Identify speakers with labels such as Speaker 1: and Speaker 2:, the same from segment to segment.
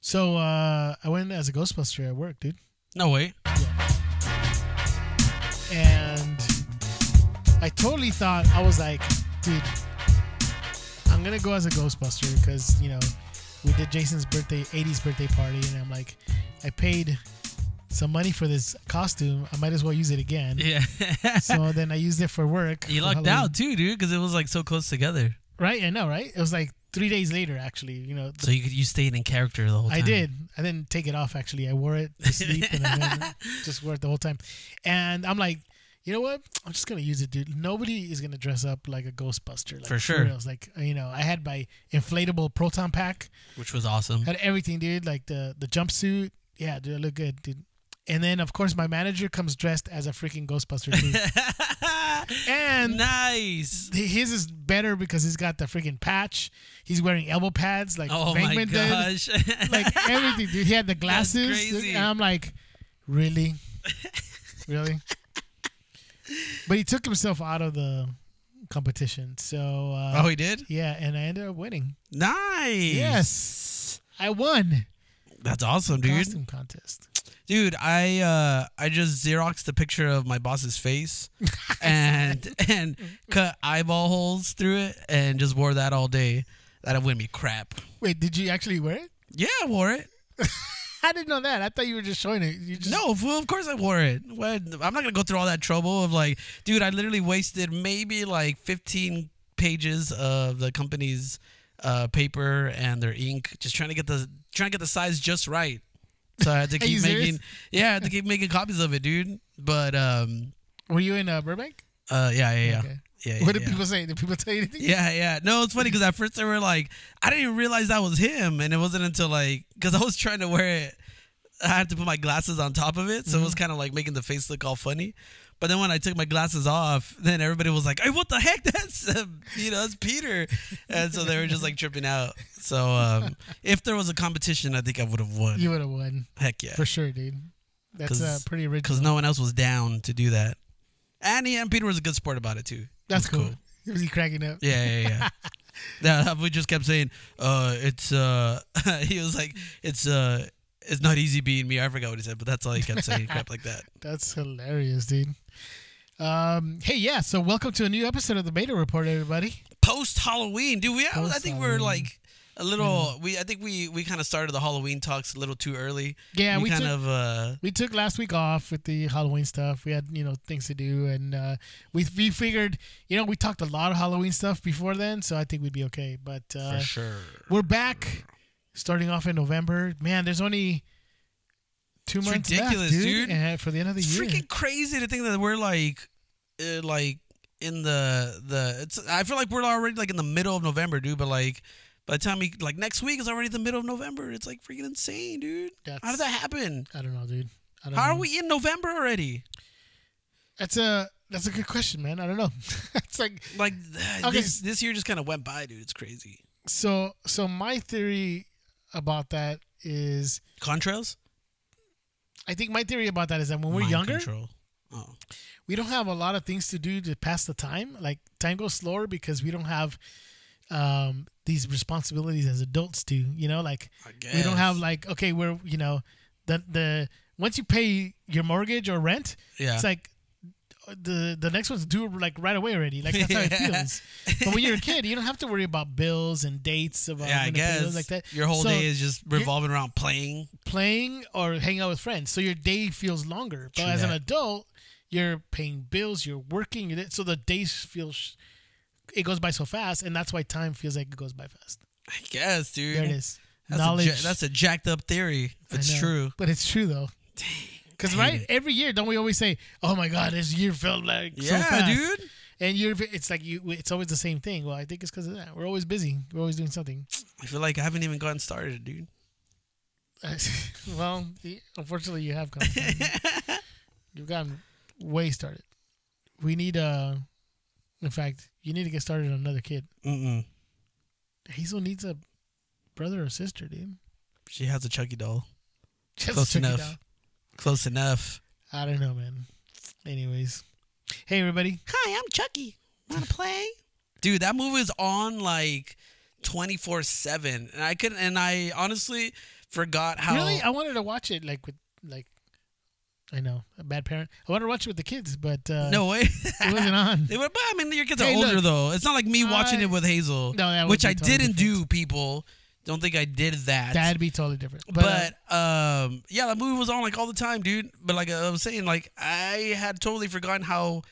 Speaker 1: So uh, I went as a Ghostbuster at work, dude,
Speaker 2: No way.
Speaker 1: and I totally thought I was like, dude, I'm gonna go as a Ghostbuster because you know we did Jason's birthday, 80s birthday party, and I'm like, I paid some money for this costume. I might as well use it again.
Speaker 2: Yeah.
Speaker 1: so then I used it for work.
Speaker 2: you
Speaker 1: for
Speaker 2: lucked
Speaker 1: Halloween.
Speaker 2: out too, dude, because it was like so close together.
Speaker 1: right? I know, right? It was like three days later, actually. You know,
Speaker 2: So you could you stayed in character the whole time.
Speaker 1: I did. I didn't take it off actually. I wore it to sleep and I just wore it the whole time. And I'm like, you know what? I'm just gonna use it, dude. Nobody is gonna dress up like a Ghostbuster. Like,
Speaker 2: For sure.
Speaker 1: reals. Like you know, I had my inflatable proton pack.
Speaker 2: which was awesome.
Speaker 1: Had everything, dude. Like the the jumpsuit. Yeah, dude, I look good, dude. And then of course my manager comes dressed as a freaking Ghostbuster too. and
Speaker 2: nice.
Speaker 1: his is better because he's got the freaking patch. He's wearing elbow pads like
Speaker 2: Oh my
Speaker 1: Venkman did
Speaker 2: gosh.
Speaker 1: like everything, dude. He had the glasses,
Speaker 2: crazy.
Speaker 1: and I'm like, really, really. But he took himself out of the competition, so uh,
Speaker 2: oh, he did.
Speaker 1: yeah, and I ended up winning.
Speaker 2: Nice.
Speaker 1: Yes. I won
Speaker 2: That's awesome, dude.
Speaker 1: costume contest.
Speaker 2: Dude, I uh I just xeroxed the picture of my boss's face and and cut eyeball holes through it and just wore that all day. That wouldn't be crap.
Speaker 1: Wait, did you actually wear it?
Speaker 2: Yeah, I wore it.
Speaker 1: I didn't know that. I thought you were just showing it. You just,
Speaker 2: No, well, of course I wore it. What? I'm not gonna go through all that trouble of like, dude. I literally wasted maybe like 15 pages of the company's uh, paper and their ink, just trying to get the trying to get the size just right. So I had to
Speaker 1: Are you
Speaker 2: keep
Speaker 1: serious?
Speaker 2: making, yeah, I had to keep making copies of it, dude. But um,
Speaker 1: Were you in uh, Burbank?
Speaker 2: uh, yeah, yeah, yeah,
Speaker 1: Okay.
Speaker 2: yeah. yeah,
Speaker 1: what did
Speaker 2: yeah.
Speaker 1: people say? Did people tell you anything?
Speaker 2: Yeah, yeah. No, it's funny because at first they were like, I didn't even realize that was him, and it wasn't until like, because I was trying to wear it, I had to put my glasses on top of it, so it
Speaker 1: Mm-hmm.
Speaker 2: was kind of like making the face look all funny. But then when I took my glasses off, then everybody was like, "Hey, what the heck? That's uh, you know, that's Peter," and so they were just like tripping out. So um, if there was a competition, I think I would have won.
Speaker 1: You would have won
Speaker 2: heck yeah,
Speaker 1: for sure, dude. That's
Speaker 2: 'Cause-
Speaker 1: uh, pretty
Speaker 2: because
Speaker 1: original.
Speaker 2: no one else was down to do that. And he and Peter was a good sport about it too.
Speaker 1: That's
Speaker 2: It was
Speaker 1: cool. Was he cracking up?
Speaker 2: Yeah, yeah, yeah. That we just kept saying, uh, it's uh, he was like, it's uh, it's not easy being me. I forgot what he said, but that's all he kept saying, crap like that.
Speaker 1: That's hilarious, dude. Um, hey, yeah. So, welcome to a new episode of the Beta Report, everybody.
Speaker 2: Post Halloween, dude. We, I, I think we're
Speaker 1: Post-Halloween.
Speaker 2: like a little. We, I think we we kind of started the Halloween talks a little too early.
Speaker 1: Yeah,
Speaker 2: we,
Speaker 1: we
Speaker 2: kind
Speaker 1: took-
Speaker 2: of uh,
Speaker 1: We took last week off with the Halloween stuff. We had you know things to do, and uh, we we figured you know we talked a lot of Halloween stuff before then, so I think we'd be okay. But uh,
Speaker 2: sure.
Speaker 1: we're back, starting off in November. Man, there's only two
Speaker 2: It's
Speaker 1: months
Speaker 2: ridiculous,
Speaker 1: left,
Speaker 2: dude.
Speaker 1: and for the end of the
Speaker 2: It's
Speaker 1: year.
Speaker 2: freaking crazy to think that we're like, uh, like in the the. It's I feel like we're already like in the middle of November, dude. But like by the time we like next week is already the middle of November. It's like freaking insane, dude. How did
Speaker 1: That's-
Speaker 2: that happen?
Speaker 1: I don't know, dude. I don't
Speaker 2: How are
Speaker 1: know.
Speaker 2: we in November already?
Speaker 1: That's a that's a good question, man. I don't know. it's like
Speaker 2: Like
Speaker 1: Okay.
Speaker 2: this this year just kind of went by, dude. It's crazy.
Speaker 1: so so. My theory about that is
Speaker 2: Contrails?
Speaker 1: I think my theory about that is that when we're
Speaker 2: Mind
Speaker 1: younger,
Speaker 2: Control. Oh.
Speaker 1: we don't have a lot of things to do to pass the time. Like time goes slower because we don't have um, these responsibilities as adults do. You know, like
Speaker 2: I
Speaker 1: we don't have
Speaker 2: guess.
Speaker 1: like okay, we're you know the the once you pay your mortgage or rent,
Speaker 2: Yeah.
Speaker 1: it's like the the next one's due like right away already. Like that's how it feels. But when you're a kid, you don't have to worry about bills and dates of uh,
Speaker 2: yeah, I
Speaker 1: when to pay
Speaker 2: guess
Speaker 1: bills like that.
Speaker 2: your whole
Speaker 1: So
Speaker 2: day is just revolving around playing.
Speaker 1: playing or hanging out with friends. So your day feels longer. But
Speaker 2: True
Speaker 1: as an
Speaker 2: that.
Speaker 1: adult, you're paying bills, you're working, you're, so the days feel sh- it goes by so fast, and that's why time feels like it goes by fast.
Speaker 2: I guess, dude.
Speaker 1: There it is.
Speaker 2: That's
Speaker 1: Knowledge.
Speaker 2: A, ja- that's a jacked up theory. If
Speaker 1: I
Speaker 2: it's
Speaker 1: know.
Speaker 2: true.
Speaker 1: but it's true though. Because
Speaker 2: I hate
Speaker 1: right
Speaker 2: it.
Speaker 1: every year, don't we always say, "Oh my God, this year felt like so
Speaker 2: yeah,
Speaker 1: fast."
Speaker 2: dude.
Speaker 1: And you're, it's like you, it's always the same thing. Well, I think it's because of that. We're always busy. We're always doing something.
Speaker 2: I feel like I haven't even gotten started, dude.
Speaker 1: well, the- unfortunately, you have gotten started. you've gotten way started. We need uh in fact, you need to get started on another kid.
Speaker 2: Mm-mm.
Speaker 1: Hazel needs a brother or sister, dude.
Speaker 2: She has a Chucky doll.
Speaker 1: Just
Speaker 2: Close
Speaker 1: check it
Speaker 2: enough.
Speaker 1: out.
Speaker 2: Close enough.
Speaker 1: I don't know, man. Anyways, hey everybody.
Speaker 2: Hi, I'm Chucky. Wanna play? Dude, that movie is on like 24 7. And I couldn't, and I honestly, forgot how.
Speaker 1: Really, I wanted to watch it like with like. I know a bad parent. I wanted to watch it with the kids, but uh,
Speaker 2: no way.
Speaker 1: it wasn't on.
Speaker 2: They were, but I mean, your kids
Speaker 1: Hey,
Speaker 2: are older
Speaker 1: look,
Speaker 2: though. It's not like me watching
Speaker 1: I-
Speaker 2: it with Hazel,
Speaker 1: No, that would
Speaker 2: which
Speaker 1: be
Speaker 2: I
Speaker 1: totally
Speaker 2: didn't do. People don't think I did that.
Speaker 1: That'd be totally different. But, uh,
Speaker 2: but um, yeah, that movie was on like all the time, dude. But like I was saying, like I had totally forgotten how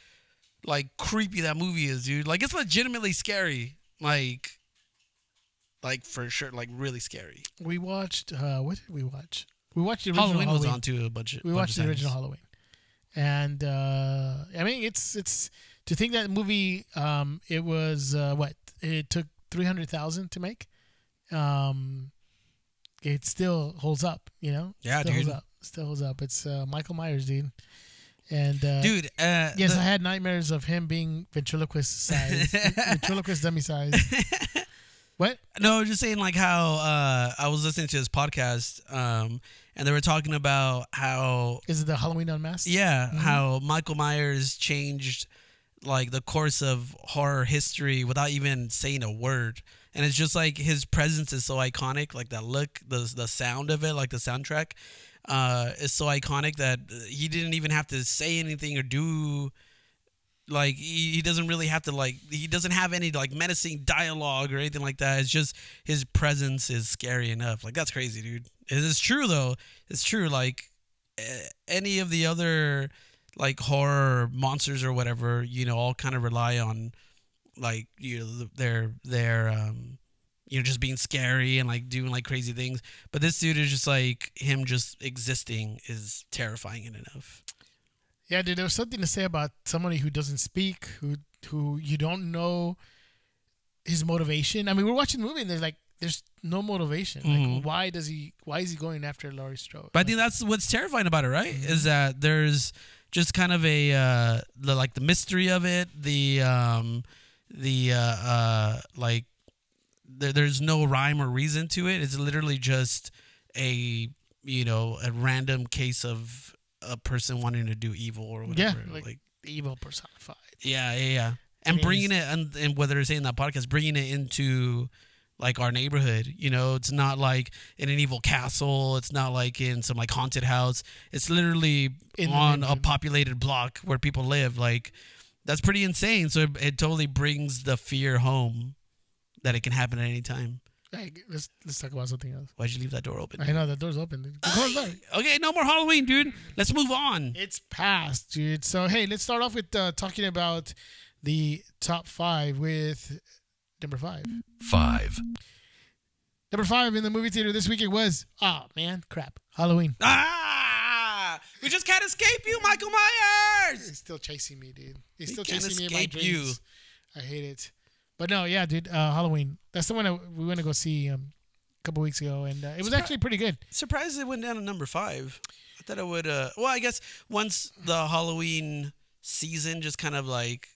Speaker 2: like creepy that movie is, dude. Like it's legitimately scary, like, like for sure, like really scary.
Speaker 1: we watched. Uh, what did we watch? We watched the original
Speaker 2: Halloween,
Speaker 1: Halloween.
Speaker 2: was on too a bunch. of-
Speaker 1: we
Speaker 2: bunch
Speaker 1: watched
Speaker 2: of
Speaker 1: the
Speaker 2: times.
Speaker 1: original Halloween, and uh, I mean it's it's to think that movie um, it was uh, what it took three hundred thousand to make, um, it still holds up. You know,
Speaker 2: Yeah,
Speaker 1: still
Speaker 2: dude.
Speaker 1: holds up. Still holds up. It's uh, Michael Myers, dude, and uh,
Speaker 2: Dude, uh,
Speaker 1: Yes,
Speaker 2: the-
Speaker 1: I had nightmares of him being ventriloquist size, ventriloquist dummy size. What?
Speaker 2: No, I was just saying like how uh, I was listening to this podcast, um, and they were talking about how
Speaker 1: Is it the Halloween Unmasked?
Speaker 2: yeah, how Michael Myers changed like the course of horror history without even saying a word, and it's just like his presence is so iconic, like that look, the the sound of it, like the soundtrack, uh, is so iconic that he didn't even have to say anything or do like he, he doesn't really have to like he doesn't have any like menacing dialogue or anything like that it's just his presence is scary enough like that's crazy dude it is true though it's true like eh, any of the other like horror monsters or whatever you know all kind of rely on like you know their their um you know just being scary and like doing like crazy things but this dude is just like him just existing is terrifying enough
Speaker 1: Yeah, dude. There was something to say about somebody who doesn't speak, who who you don't know his motivation. I mean, we're watching the movie and there's like there's no motivation. Like,
Speaker 2: Mhm.
Speaker 1: why does he? Why is he going after Laurie Strode?
Speaker 2: But I
Speaker 1: Like,
Speaker 2: think that's what's terrifying about it, right? Is
Speaker 1: Mm-hmm.
Speaker 2: that there's just kind of a uh, the, like the mystery of it, the um, the uh, uh, like there, there's no rhyme or reason to it. It's literally just a you know a random case of a person wanting to do evil or
Speaker 1: yeah,
Speaker 2: whatever.
Speaker 1: like, evil personified.
Speaker 2: yeah, yeah, yeah. And
Speaker 1: mean,
Speaker 2: bringing it, and, and whether it's in that podcast, bringing it into like our neighborhood. You know, it's not like in an evil castle. It's not like in some like haunted house. It's literally
Speaker 1: In the
Speaker 2: on a
Speaker 1: neighborhood.
Speaker 2: populated block where people live. Like that's pretty insane. So it, it totally brings the fear home that it can happen at any time.
Speaker 1: Like, let's let's talk about something else.
Speaker 2: Why'd you leave that door open?
Speaker 1: I know the door's open. dude. The door's open.
Speaker 2: Okay, no more Halloween, dude. Let's move on.
Speaker 1: It's past, dude. So hey, let's start off with uh, talking about the top five with number five.
Speaker 3: Five.
Speaker 1: Number five in the movie theater this week it was ah man crap Halloween.
Speaker 2: Ah, we just can't escape you, Michael Myers.
Speaker 1: He's still chasing me, dude. He's
Speaker 2: We
Speaker 1: still
Speaker 2: can't
Speaker 1: chasing me in my
Speaker 2: escape you.
Speaker 1: dreams. I hate it. But no, yeah, dude. Uh, Halloween. That's the one I, we went to go see um, a couple weeks ago, and uh, it was
Speaker 2: Surpri-
Speaker 1: actually pretty good.
Speaker 2: surprised it went down to number five. I thought it would. Uh, well, I guess once the Halloween season just kind of like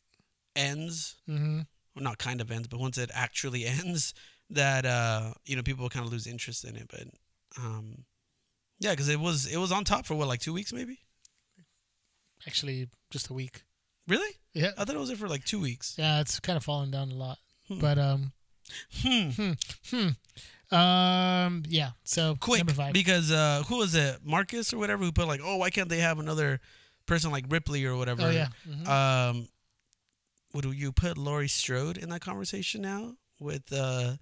Speaker 2: ends,
Speaker 1: hmm
Speaker 2: well, not kind of ends, but once it actually ends, that uh, you know people kind of lose interest in it. But um, yeah, because it was it was on top for what like two weeks maybe.
Speaker 1: Actually, just a week.
Speaker 2: Really?
Speaker 1: Yeah,
Speaker 2: I thought it was there for like two weeks.
Speaker 1: yeah. It's kind of fallen down a lot,
Speaker 2: Hmm.
Speaker 1: but um,
Speaker 2: Hmm.
Speaker 1: um, yeah. So
Speaker 2: Quick,
Speaker 1: number five.
Speaker 2: because uh, who was it? Marcus or whatever who put like, oh, why can't they have another person like Ripley or whatever?
Speaker 1: oh yeah. Mhm.
Speaker 2: Um, would you put Laurie Strode in that conversation now with uh,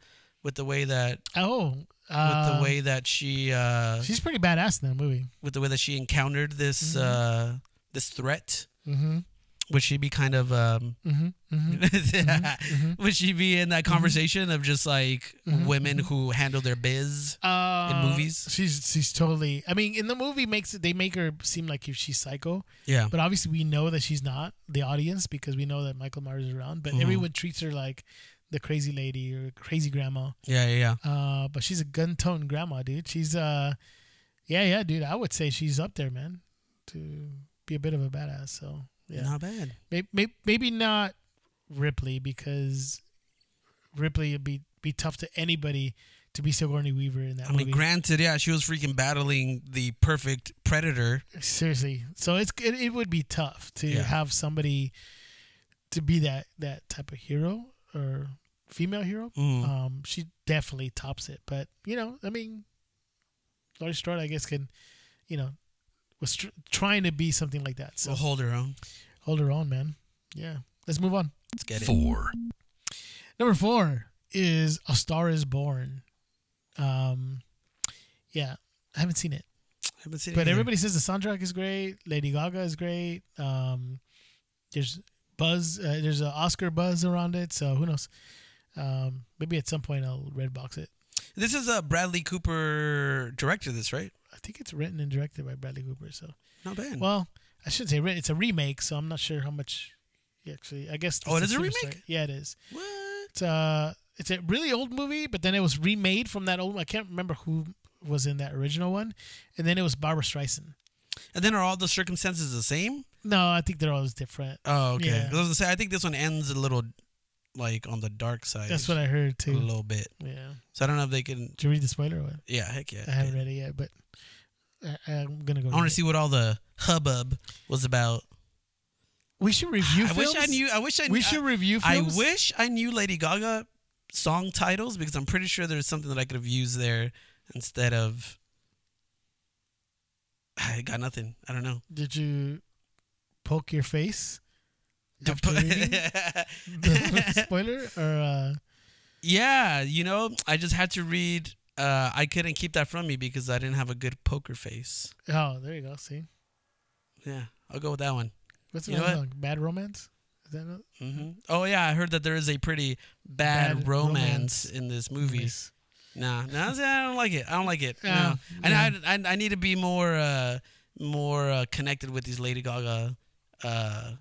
Speaker 2: with the way that
Speaker 1: oh.
Speaker 2: with
Speaker 1: Uh,
Speaker 2: the way that she uh,
Speaker 1: she's pretty badass in that movie.
Speaker 2: with the way that she encountered this uh, this threat?
Speaker 1: Mm-hmm.
Speaker 2: Would she be kind of um,
Speaker 1: Mm-hmm. Mm-hmm. Mm-hmm.
Speaker 2: would she be in that conversation of just like women who handle their biz?
Speaker 1: Uh,
Speaker 2: movies?
Speaker 1: she's she's totally. I mean, in the movie makes it, they make her seem like she's psycho,
Speaker 2: Yeah,
Speaker 1: but obviously we know that she's not the audience because we know that Michael Myers is around. But
Speaker 2: Mhm.
Speaker 1: everyone treats her like the crazy lady or crazy grandma.
Speaker 2: yeah, yeah, yeah.
Speaker 1: Uh, but she's a gun tone grandma, dude. She's uh, yeah, yeah, dude. I would say she's up there, man, to be a bit of a badass. So yeah,
Speaker 2: Not bad.
Speaker 1: May maybe, maybe not Ripley because Ripley would be be tough to anybody to be Sigourney Weaver in that
Speaker 2: I
Speaker 1: movie.
Speaker 2: mean, granted, yeah, she was freaking battling the perfect predator.
Speaker 1: seriously so it's it, it would be tough to
Speaker 2: Yeah.
Speaker 1: have somebody to be that that type of hero or female hero
Speaker 2: Mm.
Speaker 1: um she definitely tops it but you know i mean Laurie Strode, I guess, can, you know, was tr- trying to be something like that. So
Speaker 2: We'll hold her own.
Speaker 1: hold her on, man. Yeah, let's move on.
Speaker 2: Let's get it.
Speaker 3: four,
Speaker 1: Number four is A Star Is Born. Um, yeah, I haven't seen it,
Speaker 2: I haven't seen it
Speaker 1: but
Speaker 2: either.
Speaker 1: everybody says the soundtrack is great. Lady Gaga is great. Um, there's buzz. Uh, there's an Oscar buzz around it. So who knows? Um, maybe at some point I'll red box it.
Speaker 2: This is a Bradley Cooper directed this, right?
Speaker 1: I think it's written and directed by Bradley Cooper. So
Speaker 2: Not bad.
Speaker 1: well, I should say written. It's a remake, so I'm not sure how much. he Actually, I guess.
Speaker 2: Oh, it is a
Speaker 1: Superstar-
Speaker 2: remake?
Speaker 1: Yeah, it is.
Speaker 2: what?
Speaker 1: It's a it's a really old movie, but then it was remade from that old. I can't remember who was in that original one, and then it was Barbara Streisand.
Speaker 2: And then are all the circumstances the same?
Speaker 1: No, I think they're always different.
Speaker 2: Oh, okay.
Speaker 1: Yeah.
Speaker 2: 'Cause I was gonna say I think this one ends a little like on the dark side.
Speaker 1: That's what I heard
Speaker 2: a
Speaker 1: too.
Speaker 2: little bit.
Speaker 1: Yeah.
Speaker 2: So I don't know if they can.
Speaker 1: Did you read the spoiler? Or what?
Speaker 2: Yeah, heck yeah.
Speaker 1: I haven't read it yet, but I, I'm gonna go.
Speaker 2: I want
Speaker 1: read
Speaker 2: to
Speaker 1: it.
Speaker 2: see what all the hubbub was about.
Speaker 1: We should review.
Speaker 2: I wish I
Speaker 1: films.
Speaker 2: knew. I wish I.
Speaker 1: We
Speaker 2: I-
Speaker 1: should review.
Speaker 2: I
Speaker 1: Films.
Speaker 2: wish I knew Lady Gaga song titles because I'm pretty sure there's something that I could have used there instead of. I got nothing. I don't know.
Speaker 1: Did you poke your face? after reading the spoiler or uh,
Speaker 2: yeah, you know, I just had to read. Uh, I couldn't keep that from me because I didn't have a good poker face.
Speaker 1: oh, there you go. See
Speaker 2: Yeah, I'll go with that one.
Speaker 1: what's
Speaker 2: You know
Speaker 1: another one? Bad Romance. Is that another?
Speaker 2: hmm Oh yeah, I heard that there is a pretty bad,
Speaker 1: Bad romance.
Speaker 2: romance, in this movie.
Speaker 1: Nice.
Speaker 2: Nah, nah, I don't like it. I don't like it. No.
Speaker 1: Yeah,
Speaker 2: And
Speaker 1: Oh, yeah.
Speaker 2: I, I, I need to be more, uh, more uh, connected with these Lady Gaga uh,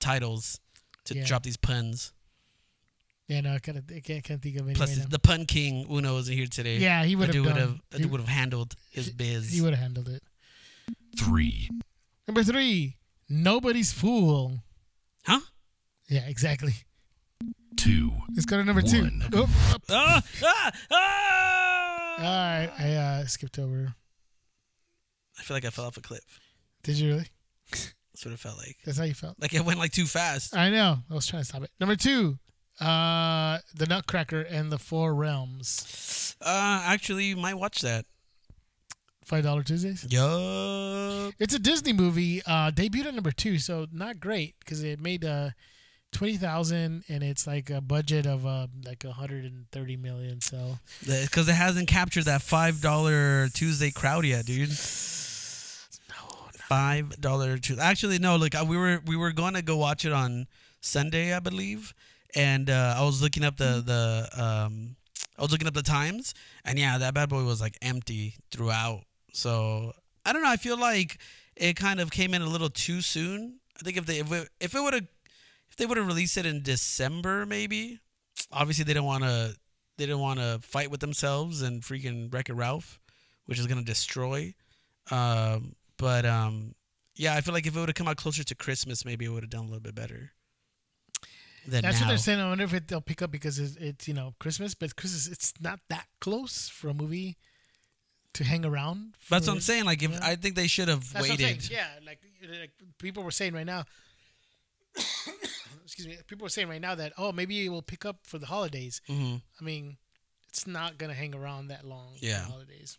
Speaker 2: titles to
Speaker 1: Yeah.
Speaker 2: drop these puns.
Speaker 1: Yeah, no, I can't, I can't, can't think of any
Speaker 2: Plus,
Speaker 1: right now.
Speaker 2: the pun king Uno isn't here today.
Speaker 1: Yeah, he would
Speaker 2: that
Speaker 1: have
Speaker 2: dude would have,
Speaker 1: done.
Speaker 2: that dude would have handled his biz.
Speaker 1: He would have handled it.
Speaker 3: three,
Speaker 1: Number three, nobody's fool.
Speaker 2: huh?
Speaker 1: Yeah, exactly.
Speaker 3: two,
Speaker 1: Let's go to number two.
Speaker 3: One.
Speaker 1: Oh, oh.
Speaker 2: Ah, ah,
Speaker 1: All
Speaker 2: ah!
Speaker 1: right, I uh, skipped over.
Speaker 2: I feel like I fell off a cliff.
Speaker 1: Did you really?
Speaker 2: That's what it felt like.
Speaker 1: That's how you felt.
Speaker 2: Like it went like too fast.
Speaker 1: I know. I was trying to stop it. Number two, uh, the Nutcracker and the Four Realms.
Speaker 2: Uh, actually, you might watch that.
Speaker 1: Five Dollar Tuesdays.
Speaker 2: Yup.
Speaker 1: It's a Disney movie. Uh, debuted at number two, so not great because it made uh, twenty thousand, and it's like a budget of uh, like hundred and thirty million. So
Speaker 2: Because it hasn't captured that five dollar Tuesday crowd yet, dude. Five dollar Tuesday. Actually, no. Look, I- we were we were going to go watch it on Sunday, I believe, and uh, I was looking up the the um, I was looking up the times, and yeah, that bad boy was like empty throughout. So I don't know. I feel like it kind of came in a little too soon. I think if they if it, if it would have if they would have released it in December, maybe. Obviously, they don't want to they didn't want to fight with themselves and freaking Wreck It Ralph, which is gonna destroy. Um, but um, yeah, I feel like if it would have come out closer to Christmas, maybe it would have done a little bit better. Than
Speaker 1: That's what
Speaker 2: now.
Speaker 1: they're saying. I wonder if it, they'll pick up because it's, it's you know Christmas, but Christmas it's not that close for a movie to hang around. For,
Speaker 2: That's what I'm saying. Like, if
Speaker 1: Yeah.
Speaker 2: I think they should have
Speaker 1: That's what I'm
Speaker 2: waited.
Speaker 1: saying. Yeah, like, like people were saying right now. excuse me. People were saying right now that oh maybe it will pick up for the holidays.
Speaker 2: hmm
Speaker 1: I mean, it's not gonna hang around that long. for the
Speaker 2: Yeah.
Speaker 1: holidays.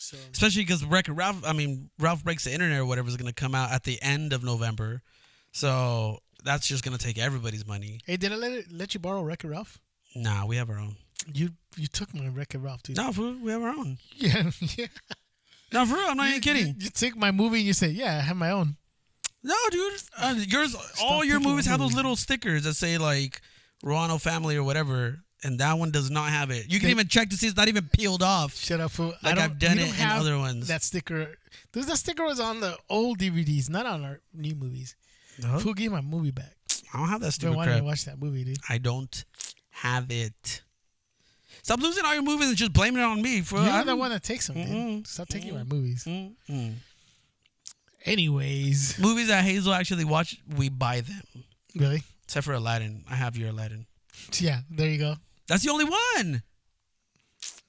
Speaker 1: So
Speaker 2: Especially because Wreck It Ralph. I mean, Ralph Breaks the Internet or whatever is gonna come out at the end of November, so that's just gonna take everybody's money.
Speaker 1: hey, did I let it, let you borrow Wreck-It Ralph?
Speaker 2: Nah, we have our own.
Speaker 1: You you took my Wreck-It Ralph, dude.
Speaker 2: No, fool, we have our own.
Speaker 1: Yeah, yeah.
Speaker 2: No, for real, I'm not even
Speaker 1: You,
Speaker 2: kidding.
Speaker 1: you took my movie and you said, yeah, I have my own.
Speaker 2: No, dude. Uh, yours, all your
Speaker 1: thinking
Speaker 2: movies have those
Speaker 1: about it.
Speaker 2: little stickers that say like Ruano family or whatever, and that one does not have it. You can
Speaker 1: They-
Speaker 2: even check to see it's not even peeled off.
Speaker 1: Shut up, fool. I
Speaker 2: Like,
Speaker 1: don't-
Speaker 2: I've done
Speaker 1: we
Speaker 2: it
Speaker 1: don't
Speaker 2: in
Speaker 1: have
Speaker 2: other ones.
Speaker 1: That sticker, this, that sticker was on the old DVDs, not on our new movies.
Speaker 2: No,
Speaker 1: Who gave my movie back?
Speaker 2: I don't have that
Speaker 1: I've been
Speaker 2: stupid
Speaker 1: wanting
Speaker 2: crap.
Speaker 1: to watch that movie, dude.
Speaker 2: I don't have it. Stop losing all your movies and just blaming it on me. For
Speaker 1: You're
Speaker 2: I'm
Speaker 1: the one that takes them, dude.
Speaker 2: Mm-mm.
Speaker 1: Stop taking my
Speaker 2: Mm-mm.
Speaker 1: movies.
Speaker 2: Mm-mm.
Speaker 1: Anyways,
Speaker 2: Movies that Hazel actually watched, we buy them.
Speaker 1: really?
Speaker 2: Except for Aladdin, I have your Aladdin.
Speaker 1: Yeah, there you go.
Speaker 2: That's the only one.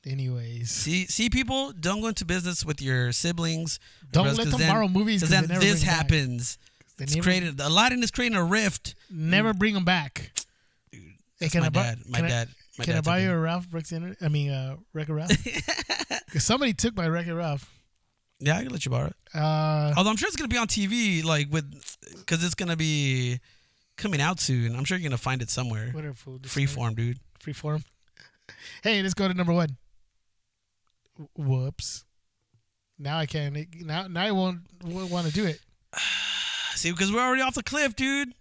Speaker 1: Anyways,
Speaker 2: See, see, people don't go into business with your siblings.
Speaker 1: Don't
Speaker 2: because
Speaker 1: let them
Speaker 2: then-
Speaker 1: borrow movies
Speaker 2: Because
Speaker 1: 'cause they
Speaker 2: then
Speaker 1: never
Speaker 2: this
Speaker 1: bring it back.
Speaker 2: happens.
Speaker 1: they
Speaker 2: It's
Speaker 1: never,
Speaker 2: created Aladdin is creating a rift.
Speaker 1: never bring them back. Dude,
Speaker 2: That's my dad. My dad. My
Speaker 1: Can I
Speaker 2: dad
Speaker 1: buy
Speaker 2: took
Speaker 1: you
Speaker 2: it.
Speaker 1: a Ralph Brooks? Inter- I mean, uh, Wreck-It Ralph. 'Cause somebody took my Wreck-It Ralph.
Speaker 2: Yeah, I can let you borrow it.
Speaker 1: Uh,
Speaker 2: Although I'm sure it's gonna be on TV, like with, because it's gonna be coming out soon. I'm sure you're gonna find it somewhere.
Speaker 1: what are food?
Speaker 2: Freeform, dude.
Speaker 1: Free form. Hey, let's go to number one. W- Whoops. Now I can't. Now, now I won't, won't want to do it.
Speaker 2: See, because we're already off the cliff, dude.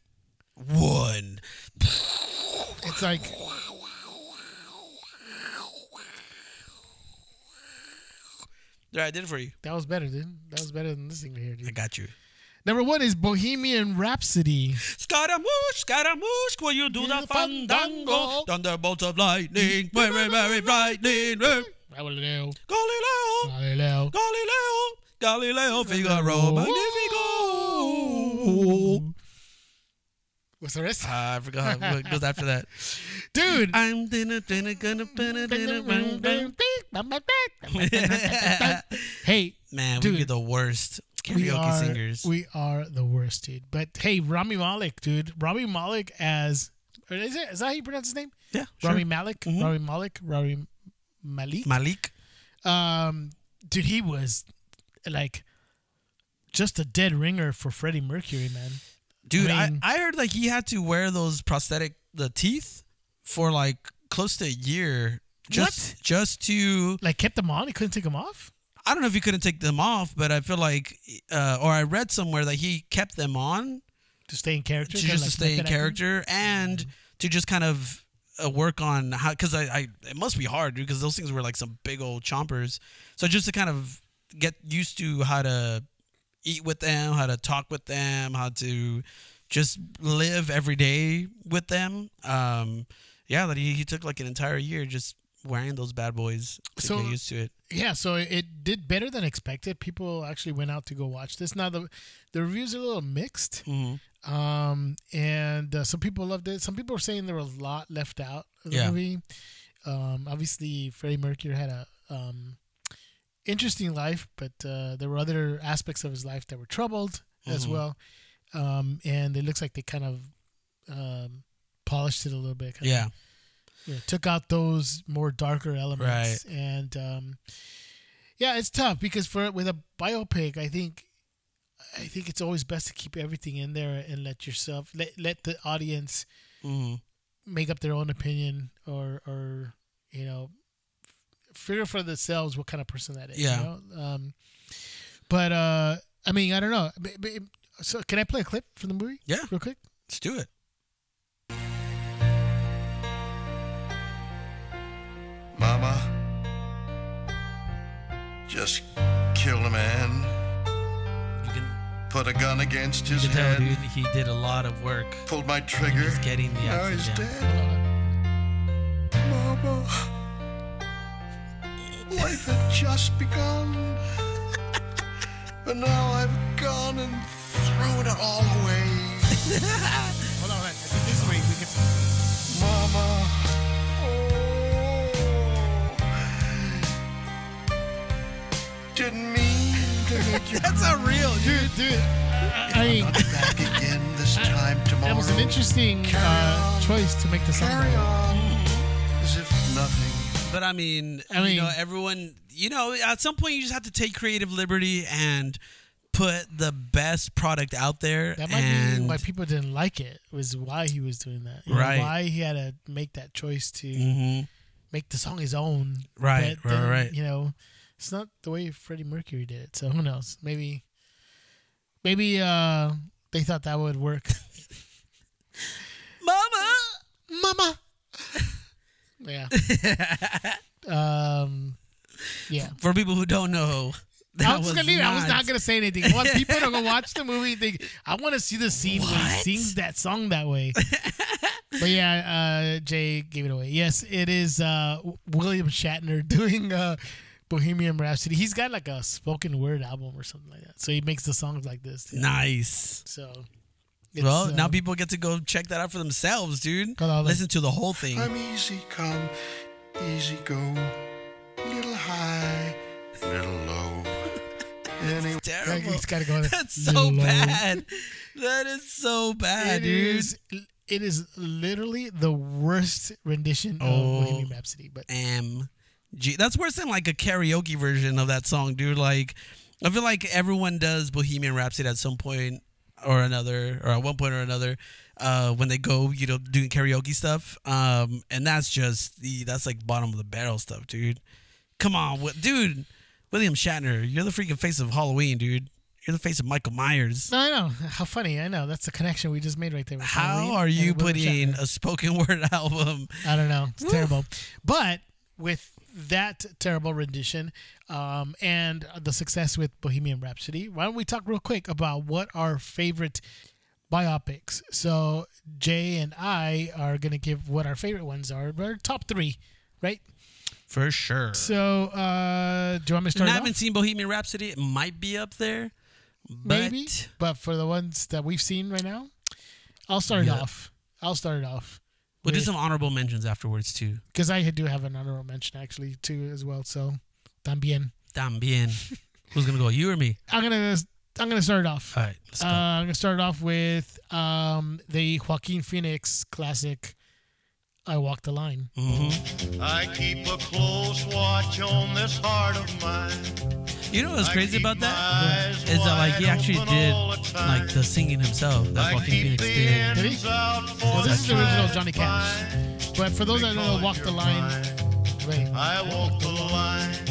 Speaker 2: One.
Speaker 1: It's like
Speaker 2: There, I did it for you.
Speaker 1: that was better, dude. That was better than this thing right here,
Speaker 2: I
Speaker 1: dude.
Speaker 2: got you.
Speaker 1: Number one is Bohemian Rhapsody.
Speaker 2: Scaramouche, scaramouche, will you do
Speaker 1: Do
Speaker 2: the
Speaker 1: the fandango.
Speaker 2: fandango? Thunderbolts of lightning, very, very frightening. eh?
Speaker 1: Galileo.
Speaker 2: Galileo,
Speaker 1: Galileo.
Speaker 2: Galileo, Galileo, Figaro, Magnifico.
Speaker 1: What's the rest?
Speaker 2: Ah, I forgot what goes after that.
Speaker 1: Dude.
Speaker 2: I'm dinner, dinner, gonna, dinner, dinner, bum, bum.
Speaker 1: hey,
Speaker 2: Man,
Speaker 1: Dude.
Speaker 2: we'd be the worst
Speaker 1: we
Speaker 2: karaoke
Speaker 1: are,
Speaker 2: singers.
Speaker 1: we are the worst, dude. But hey, Rami Malek, dude. Rami Malek as. or Is, it, is that how you pronounce his name?
Speaker 2: yeah,
Speaker 1: Rami Malek?
Speaker 2: Mhm.
Speaker 1: Rami Malek? Rami Malik?
Speaker 2: Malik.
Speaker 1: um, dude, he was like just a dead ringer for Freddie Mercury, man.
Speaker 2: Dude, I,
Speaker 1: mean-
Speaker 2: I, heard like he had to wear those prosthetic the teeth for like close to a year. Just just to
Speaker 1: Like, kept them on. He couldn't take them off.
Speaker 2: I don't know if he couldn't take them off, but I feel like uh, or I read somewhere that he kept them on
Speaker 1: To stay in character.
Speaker 2: to
Speaker 1: kinda
Speaker 2: just
Speaker 1: like
Speaker 2: to stay in
Speaker 1: method acting.
Speaker 2: character and
Speaker 1: Mm-hmm.
Speaker 2: to just kind of uh, work on how because I, I it must be hard dude because those things were like some big old chompers so just to kind of get used to how to eat with them how to talk with them how to just live every day with them um yeah that he, he took like an entire year just wearing those bad boys to
Speaker 1: So-
Speaker 2: get used to it
Speaker 1: Yeah, so it- it did better than expected. People actually went out to go watch this. Now the the reviews are a little mixed,
Speaker 2: Mhm.
Speaker 1: um, and uh, some people loved it. Some people were saying there was a lot left out of the
Speaker 2: Yeah.
Speaker 1: movie. Um, obviously, Freddie Mercury had a um, interesting life, but uh, there were other aspects of his life that were troubled as
Speaker 2: Mhm.
Speaker 1: well. Um, and it looks like they kind of um, polished it a little bit. kinda
Speaker 2: yeah
Speaker 1: you know, took out those more darker elements and um, yeah it's tough because for with a biopic i think i think it's always best to keep everything in there and let yourself let, let the audience
Speaker 2: Mhm.
Speaker 1: make up their own opinion or or you know f- figure for themselves what kind of person that is you
Speaker 2: Yeah.
Speaker 1: know? um, but uh i mean i don't know B- b- so can i play a clip from the movie
Speaker 2: Yeah.
Speaker 1: real quick
Speaker 2: let's do it
Speaker 4: Mama just killed a man,
Speaker 2: you can,
Speaker 4: put a gun against
Speaker 2: you
Speaker 4: his
Speaker 2: can tell dude
Speaker 4: head,
Speaker 2: he did a lot of work
Speaker 4: pulled my
Speaker 2: and
Speaker 4: trigger.
Speaker 2: he's getting the
Speaker 1: Oh,
Speaker 4: now he's
Speaker 2: oxygen
Speaker 4: dead. Mama, life had just begun, but now I've gone and thrown it all away.
Speaker 1: hold on, hold on. I think this way we can
Speaker 4: Mama, oh, didn't mean to make you
Speaker 2: that's not real
Speaker 1: dude dude i mean
Speaker 4: Not back again this time tomorrow.
Speaker 1: That was an interesting
Speaker 4: Carry
Speaker 1: uh,
Speaker 4: on.
Speaker 1: choice to make the song.
Speaker 4: Carry on as if nothing.
Speaker 2: But I mean,
Speaker 1: I
Speaker 2: you know,
Speaker 1: mean-
Speaker 2: everyone, you know, at some point you just have to take creative liberty and put the best product out there.
Speaker 1: That might
Speaker 2: and
Speaker 1: be why people didn't like it. Was why he was doing that. You
Speaker 2: Right.
Speaker 1: Know, why he had to make that choice to
Speaker 2: Mhm.
Speaker 1: make the song his own.
Speaker 2: Right,
Speaker 1: But
Speaker 2: right, right.
Speaker 1: You know, it's not the way Freddie Mercury did it. So who knows? Maybe, maybe uh, they thought that would work.
Speaker 2: Mama.
Speaker 1: Mama. yeah. um. Yeah.
Speaker 2: For people who don't know, that
Speaker 1: I'm just gonna leave it. I was not gonna say anything. I want people to go watch the movie and think I want to see the scene where he
Speaker 2: What?
Speaker 1: sings that song that way. but yeah, uh, Jay gave it away. Yes, it is uh, W- William Shatner doing uh, Bohemian Rhapsody. He's got like a spoken word album or something like that. So he makes the songs like this.
Speaker 2: Nice.
Speaker 1: So it's,
Speaker 2: Well,
Speaker 1: uh,
Speaker 2: now people get to go check that out for themselves, dude.
Speaker 1: Hold on, let-
Speaker 2: Listen to the whole thing.
Speaker 4: I'm easy come, easy go, little high, little low. Anyway,
Speaker 1: like,
Speaker 2: Terrible.
Speaker 1: he's got to go.
Speaker 2: That's so
Speaker 1: Little-
Speaker 2: bad. That is so bad,
Speaker 1: It
Speaker 2: dude.
Speaker 1: is It is literally the worst rendition
Speaker 2: Oh.
Speaker 1: of Bohemian Rhapsody. But
Speaker 2: M G. That's worse than like a karaoke version of that song, dude. Like, I feel like everyone does Bohemian Rhapsody at some point or another, or at one point or another, uh, when they go, you know, doing karaoke stuff. Um, and that's just the that's like bottom of the barrel stuff, dude. Come on, what, dude. William Shatner, you're the freaking face of Halloween, dude. You're the face of Michael Myers.
Speaker 1: no, I know how funny. I know that's the connection we just made right there. with
Speaker 2: How
Speaker 1: Halloween
Speaker 2: are
Speaker 1: and
Speaker 2: you
Speaker 1: William
Speaker 2: putting
Speaker 1: Shatner.
Speaker 2: a spoken word album?
Speaker 1: I don't know. It's terrible. But with that terrible rendition um, and the success with Bohemian Rhapsody, why don't we talk real quick about what our favorite biopics? So Jay and I are gonna give what our favorite ones are. Our top three, right?
Speaker 2: For sure.
Speaker 1: So uh, do you want me to start?
Speaker 2: And I
Speaker 1: it
Speaker 2: haven't
Speaker 1: off?
Speaker 2: seen Bohemian Rhapsody. It might be up there, but
Speaker 1: Maybe, but for the ones that we've seen right now, I'll start it
Speaker 2: Yeah.
Speaker 1: off. I'll start it off.
Speaker 2: we'll do
Speaker 1: Wait.
Speaker 2: some honorable mentions afterwards too.
Speaker 1: because I do have an honorable mention actually too as well. So también.
Speaker 2: También. Who's gonna go? You or me?
Speaker 1: I'm gonna I'm gonna start it off.
Speaker 2: All right, let's
Speaker 1: Uh,
Speaker 2: go.
Speaker 1: I'm gonna start it off with um, the Joaquin Phoenix classic. I walk the line.
Speaker 2: Mhm.
Speaker 5: I keep a close watch on this heart of mine.
Speaker 2: You know what's
Speaker 5: I
Speaker 2: crazy
Speaker 5: keep
Speaker 2: about that
Speaker 5: my eyes
Speaker 2: is that like he
Speaker 5: wide
Speaker 2: actually
Speaker 5: open
Speaker 2: did
Speaker 5: all the time.
Speaker 2: like the singing himself. That's
Speaker 5: I
Speaker 2: Joaquin
Speaker 5: keep
Speaker 2: Phoenix
Speaker 5: the
Speaker 2: did.
Speaker 1: Did he?
Speaker 5: ends out for
Speaker 1: Well, this
Speaker 5: the
Speaker 1: is the original
Speaker 5: sight
Speaker 1: Johnny
Speaker 5: to
Speaker 1: Cash.
Speaker 5: find.
Speaker 1: But for those that don't know,
Speaker 5: Because
Speaker 1: walk the
Speaker 5: you're
Speaker 1: line.
Speaker 5: mine,
Speaker 1: Wait,
Speaker 5: I walk the line.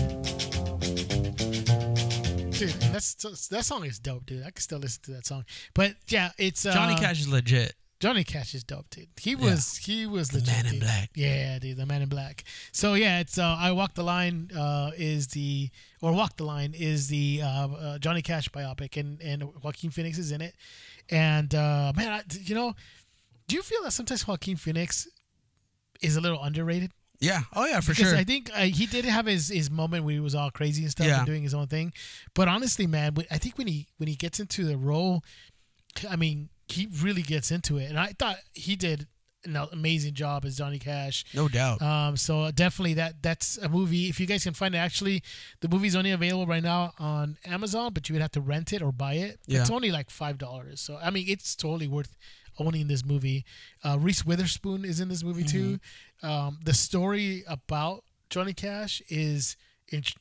Speaker 1: dude, that's that song is dope, dude. I can still listen to that song. But yeah, it's uh,
Speaker 2: Johnny Cash is legit.
Speaker 1: Johnny Cash is dope, dude. He was he was legit,
Speaker 2: Man in
Speaker 1: dude.
Speaker 2: Black.
Speaker 1: Yeah, dude, the Man in Black. So yeah, it's uh, I Walk the Line uh, is the or Walk the Line is the uh, uh, Johnny Cash biopic, and and Joaquin Phoenix is in it. And uh, man, I, you know, do you feel that sometimes Joaquin Phoenix is a little underrated?
Speaker 2: Yeah. Oh yeah, for
Speaker 1: Because
Speaker 2: sure.
Speaker 1: I think uh, he did have his, his moment where he was all crazy and stuff
Speaker 2: Yeah.
Speaker 1: and doing his own thing. But honestly, man, wh- I think when he when he gets into the role, I mean, he really gets into it. And I thought he did an amazing job as Johnny Cash.
Speaker 2: no doubt.
Speaker 1: Um, so definitely that that's a movie. If you guys can find it, actually, the movie's only available right now on Amazon, but you would have to rent it or buy it.
Speaker 2: Yeah.
Speaker 1: It's only like five dollars. So I mean, it's totally worth owning this movie. Uh, Reese Witherspoon is in this movie
Speaker 2: Mm-hmm.
Speaker 1: too. Um, the story about Johnny Cash is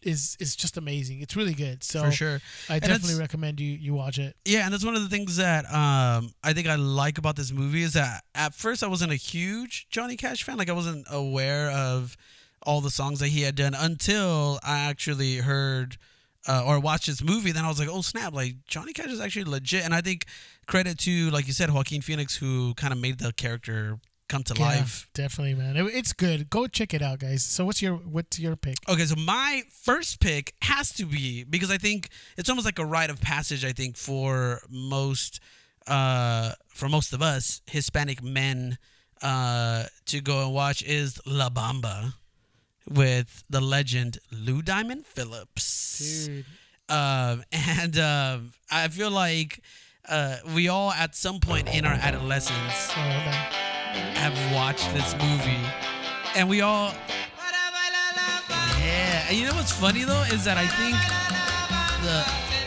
Speaker 1: is is just amazing. It's really good. So
Speaker 2: For sure.
Speaker 1: I
Speaker 2: And it's-
Speaker 1: definitely recommend you you watch it.
Speaker 2: Yeah, and that's one of the things that um, I think I like about this movie is that at first I wasn't a huge Johnny Cash fan. Like I wasn't aware of all the songs that he had done until I actually heard uh, or watched this movie. Then I was like, oh snap! Like Johnny Cash is actually legit. And I think credit to like you said, Joaquin Phoenix, who kind of made the character come to life
Speaker 1: Yeah, definitely, man. It- it's good. Go check it out, guys. So what's your what's your pick?
Speaker 2: Okay, so my first pick has to be because I think it's almost like a rite of passage. I think for most, uh, for most of us Hispanic men, uh, to go and watch is La Bamba with the legend Lou Diamond Phillips.
Speaker 1: Dude.
Speaker 2: Um, and um, I feel like uh, we all at some point in our adolescence
Speaker 1: Oh, hold on.
Speaker 2: have watched this movie, and we all. Yeah, and you know what's funny though is that I think the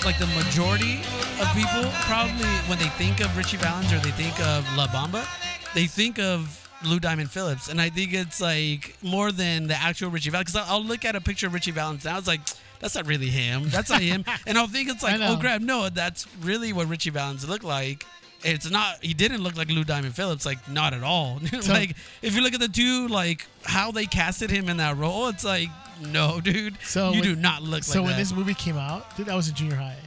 Speaker 2: like the majority of people probably when they think of Richie Valens or they think of La Bamba, they think of Lou Diamond Phillips, and I think it's like more than the actual Richie Valens. Because I'll, I'll look at a picture of Richie Valens and I was like. That's not really him. That's not him. And I'll think it's
Speaker 1: I
Speaker 2: like,
Speaker 1: know.
Speaker 2: oh crap, no, that's really what Richie Valens looked like. It's not. He didn't look like Lou Diamond Phillips, like not at all. like if you look at the two, like how they casted him in that role, it's like, no, dude,
Speaker 1: So
Speaker 2: you
Speaker 1: when-
Speaker 2: do not look
Speaker 1: so when
Speaker 2: like that. Mm-hmm.
Speaker 1: this movie came out, dude, I was in junior high,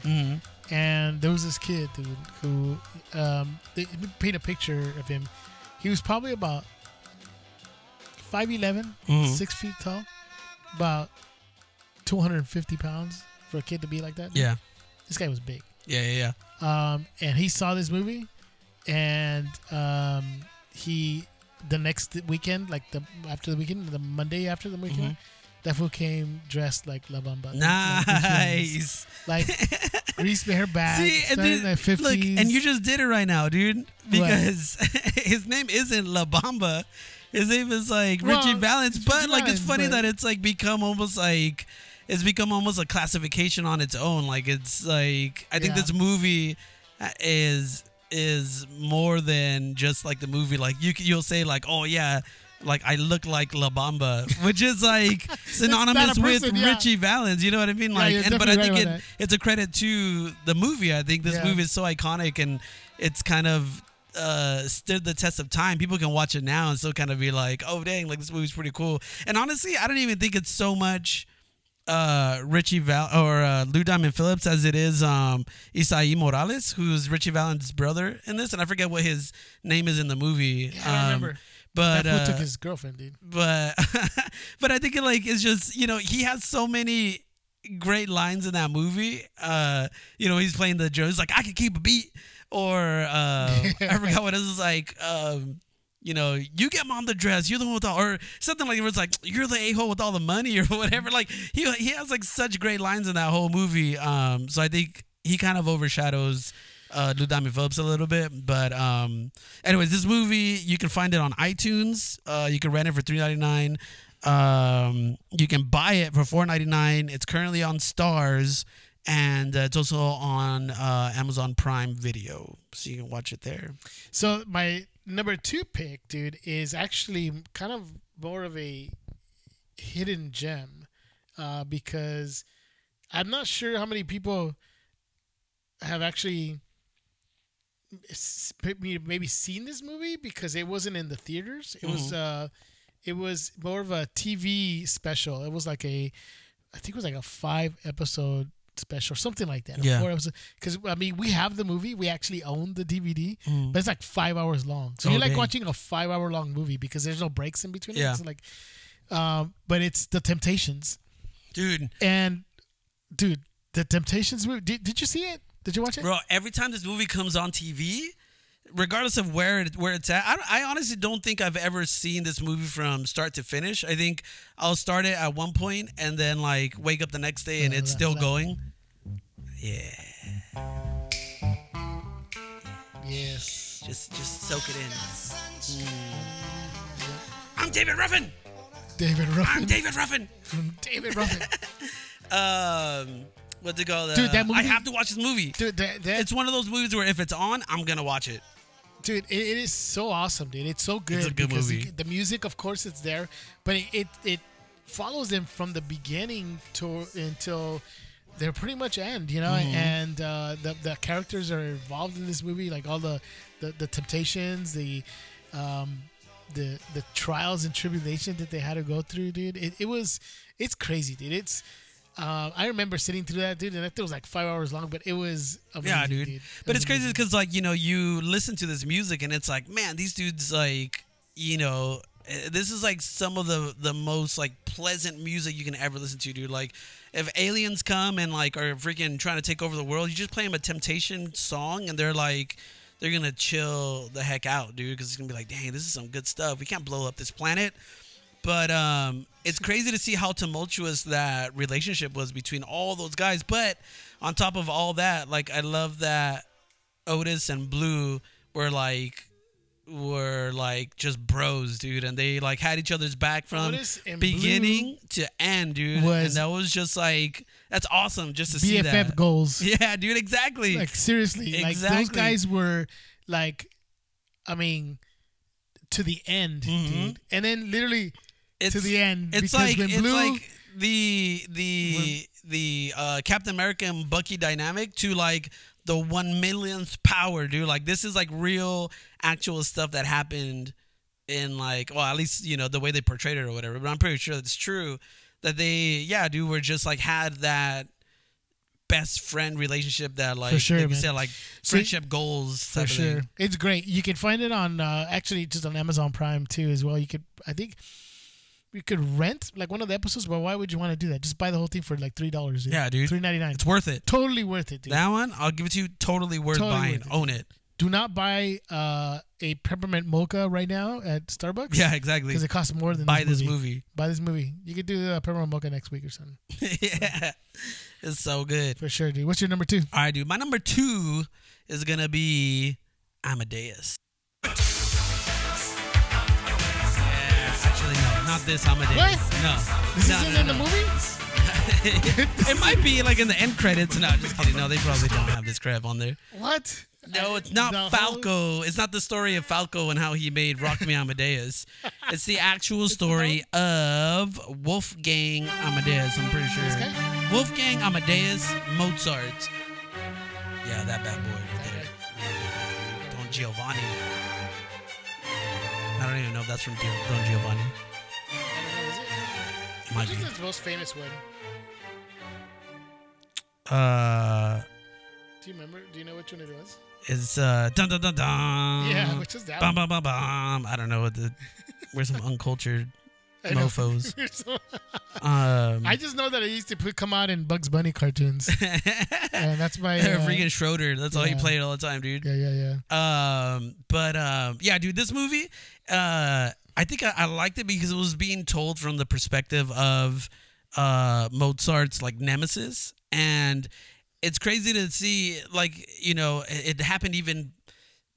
Speaker 1: and there was this kid, dude, who um, they they paint a picture of him. He was probably about 5'11",
Speaker 2: Mhm.
Speaker 1: six feet tall, about two hundred and fifty pounds for a kid to be like that.
Speaker 2: Yeah.
Speaker 1: this guy was big.
Speaker 2: Yeah, yeah, yeah.
Speaker 1: Um, and he saw this movie, and um, he the next weekend, like the after the weekend, the Monday after the weekend.
Speaker 2: Mm-hmm.
Speaker 1: That fool came dressed like La Bamba. Like, with jeans
Speaker 2: Nice.
Speaker 1: like grease their back.
Speaker 2: See, and
Speaker 1: started in the
Speaker 2: then, look,
Speaker 1: fifties.
Speaker 2: and you just did it right now, dude. Because his name isn't La Bamba. His name is like
Speaker 1: Well,
Speaker 2: Richie Valens.
Speaker 1: it's
Speaker 2: But
Speaker 1: Richie
Speaker 2: like, it's
Speaker 1: Valens,
Speaker 2: funny
Speaker 1: but-
Speaker 2: that it's like become almost like it's become almost a classification on its own. Like it's like I think
Speaker 1: Yeah.
Speaker 2: this movie is is more than just like the movie. Like you, c- you'll say like, oh yeah, like I look like La Bamba, which is like synonymous
Speaker 1: It's not a
Speaker 2: with
Speaker 1: person, yeah.
Speaker 2: Richie Valens. You know what I mean?
Speaker 1: Yeah,
Speaker 2: Like,
Speaker 1: you're
Speaker 2: and, but I
Speaker 1: definitely
Speaker 2: think
Speaker 1: right
Speaker 2: it,
Speaker 1: about
Speaker 2: it's a credit to the movie. I think this
Speaker 1: Yeah.
Speaker 2: movie is so iconic and it's kind of uh stood the test of time people can watch it now and still kind of be like oh dang like this movie's pretty cool and honestly i don't even think it's so much uh richie val or uh lou diamond phillips as it is um isai morales who's richie valens brother in this and i forget what his name is in the movie
Speaker 1: Yeah, I
Speaker 2: um,
Speaker 1: remember.
Speaker 2: but
Speaker 1: That fool
Speaker 2: uh,
Speaker 1: took his girlfriend, dude.
Speaker 2: but but I think it like it's just you know he has so many great lines in that movie. Uh, you know he's playing the Joe. He's like I can keep a beat, or uh, I forgot what it is like. Um, you know, you get mom the dress. You're the one with all, or something like it was like you're the a hole with all the money or whatever. Like he he has like such great lines in that whole movie. Um, so I think he kind of overshadows uh, Lou Diamond Phillips a little bit. But um, anyways, this movie you can find it on iTunes. Uh, you can rent it for three ninety nine. Um, you can buy it for four ninety nine. It's currently on Stars, and uh, it's also on uh, Amazon Prime Video, so you can watch it there.
Speaker 1: So my number two pick, dude, is actually kind of more of a hidden gem uh, because I'm not sure how many people have actually s- p- maybe seen this movie because it wasn't in the theaters. It was
Speaker 2: Mm-hmm.
Speaker 1: uh, it was more of a TV special. It was like a I think it was like a five episode special, something like that.
Speaker 2: Yeah.
Speaker 1: Because I mean, we have the movie. We actually own the DVD, but it's like five hours long. So
Speaker 2: Mm. Oh,
Speaker 1: you're like
Speaker 2: dang.
Speaker 1: watching a five hour long movie because there's no breaks in between.
Speaker 2: Yeah.
Speaker 1: It's like, um, but it's The Temptations
Speaker 2: Dude,
Speaker 1: and dude, The Temptations movie. Did, did you see it? Did you watch it?
Speaker 2: bro, every time this movie comes on TV, regardless of where it, where it's at, I, don't- I honestly don't think I've ever seen this movie from start to finish. I think I'll start it at one point and then like wake up the next day and
Speaker 1: Yeah,
Speaker 2: it's
Speaker 1: that-
Speaker 2: still
Speaker 1: that-
Speaker 2: going.
Speaker 1: Yes. Mm.
Speaker 2: Just just soak it in. I'm David Ruffin.
Speaker 1: David
Speaker 2: I'm
Speaker 1: Ruffin.
Speaker 2: David Ruffin.
Speaker 1: David Ruffin.
Speaker 2: Um, what's it called?
Speaker 1: Dude, that
Speaker 2: Uh, I
Speaker 1: movie-
Speaker 2: have to watch this movie.
Speaker 1: Dude, that, that,
Speaker 2: It's one of those movies where if it's on, I'm gonna watch it.
Speaker 1: dude it, it is so awesome dude it's so good
Speaker 2: It's a good
Speaker 1: because you
Speaker 2: movie.
Speaker 1: can- the music of course it's there but it it, it follows them from the beginning to until they're pretty much end you know
Speaker 2: Mm-hmm.
Speaker 1: and uh, the, the characters are involved in this movie like all the the, the temptations the um the the trials and tribulation that they had to go through dude it, it was it's crazy dude it's uh, I remember sitting through that, dude, and that thing was like five hours long, but it was amazing,
Speaker 2: Yeah, dude.
Speaker 1: dude. It
Speaker 2: But
Speaker 1: was
Speaker 2: it's crazy
Speaker 1: amazing.
Speaker 2: because like you know you listen to this music and it's like man these dudes like you know eh, this is like some of the the most like pleasant music you can ever listen to, dude. Like if aliens come and like are freaking trying to take over the world, you just play them a Temptation song and they're like. They're gonna chill the heck out, dude, because it's gonna be like, dang, this is some good stuff. We can't blow up this planet. But um, it's crazy to see how tumultuous that relationship was between all those guys. But on top of all that, like I love that Otis and Blue were like were like just bros, dude, and they like had each other's back from
Speaker 1: Otis and
Speaker 2: beginning to end, dude.
Speaker 1: was-
Speaker 2: and that was just like that's awesome just to see
Speaker 1: BFF
Speaker 2: that.
Speaker 1: goals.
Speaker 2: Yeah, dude, exactly.
Speaker 1: Like seriously, like those
Speaker 2: Exactly.
Speaker 1: guys were like, I mean, to the end,
Speaker 2: Mm-hmm.
Speaker 1: dude. And then literally to the end,
Speaker 2: It's
Speaker 1: because
Speaker 2: like
Speaker 1: when
Speaker 2: it's
Speaker 1: Blue-
Speaker 2: like the the the uh, Captain America and Bucky dynamic to like the one millionth power, dude. Like this is like real actual stuff that happened in like well at least you know the way they portrayed it or whatever. But I'm pretty sure that's true that they yeah dude were just like had that best friend relationship that like
Speaker 1: sure,
Speaker 2: like you
Speaker 1: man.
Speaker 2: said like
Speaker 1: So-
Speaker 2: friendship goals
Speaker 1: for
Speaker 2: type of thing.
Speaker 1: sure, it's great. You can find it on uh, actually just on Amazon Prime too as well. You could, I think, you could rent like one of the episodes. But why would you want to do that? Just buy the whole thing for like three dollars.
Speaker 2: Yeah, dude.
Speaker 1: three ninety nine.
Speaker 2: It's worth it.
Speaker 1: Totally worth it, dude.
Speaker 2: That one I'll give it to you. Totally worth
Speaker 1: Totally
Speaker 2: buying.
Speaker 1: worth it.
Speaker 2: Own it.
Speaker 1: do not buy uh, a peppermint mocha right now at Starbucks.
Speaker 2: Yeah, exactly.
Speaker 1: Because it costs more than
Speaker 2: Buy this movie.
Speaker 1: Buy this movie. You could do uh, peppermint mocha next week or something
Speaker 2: yeah, it's so good.
Speaker 1: for sure, dude. What's your number two?
Speaker 2: All right, dude. My number two is gonna be Amadeus. Yeah, actually, no, not this Amadeus.
Speaker 1: What?
Speaker 2: No,
Speaker 1: This
Speaker 2: no,
Speaker 1: isn't
Speaker 2: no,
Speaker 1: in
Speaker 2: no.
Speaker 1: the movie?
Speaker 2: it might be like in the end credits. No, just kidding. No, they probably don't have this crap on there.
Speaker 1: What?
Speaker 2: No, it's not
Speaker 1: The
Speaker 2: Falco. it's not the story of Falco and how he made Rock Me Amadeus. it's the actual story of Wolfgang Amadeus, I'm pretty sure.
Speaker 1: guy?
Speaker 2: Wolfgang Amadeus Mozart. Yeah, that bad boy right there. Don Giovanni. I don't even know if that's from Don Giovanni. Might
Speaker 1: Which
Speaker 2: be.
Speaker 1: is the most famous one?
Speaker 2: Uh,
Speaker 1: Do you remember? Do you know which one it was?
Speaker 2: it's uh, dun dun dun dun.
Speaker 1: Yeah, which is that
Speaker 2: Um, Bum,
Speaker 1: one?
Speaker 2: bum, bum, bum. I don't know what the. We're some uncultured
Speaker 1: I know.
Speaker 2: mofos.
Speaker 1: So-
Speaker 2: Um,
Speaker 1: I just know that it used to put, come out in Bugs Bunny cartoons, and that's my uh,
Speaker 2: freaking Schroeder. That's all he
Speaker 1: yeah.
Speaker 2: played all the time, dude.
Speaker 1: yeah, yeah, yeah.
Speaker 2: Um, but um, yeah, dude, this movie, uh, I think I, I liked it because it was being told from the perspective of uh, Mozart's like nemesis, and it's crazy to see like you know it, it happened even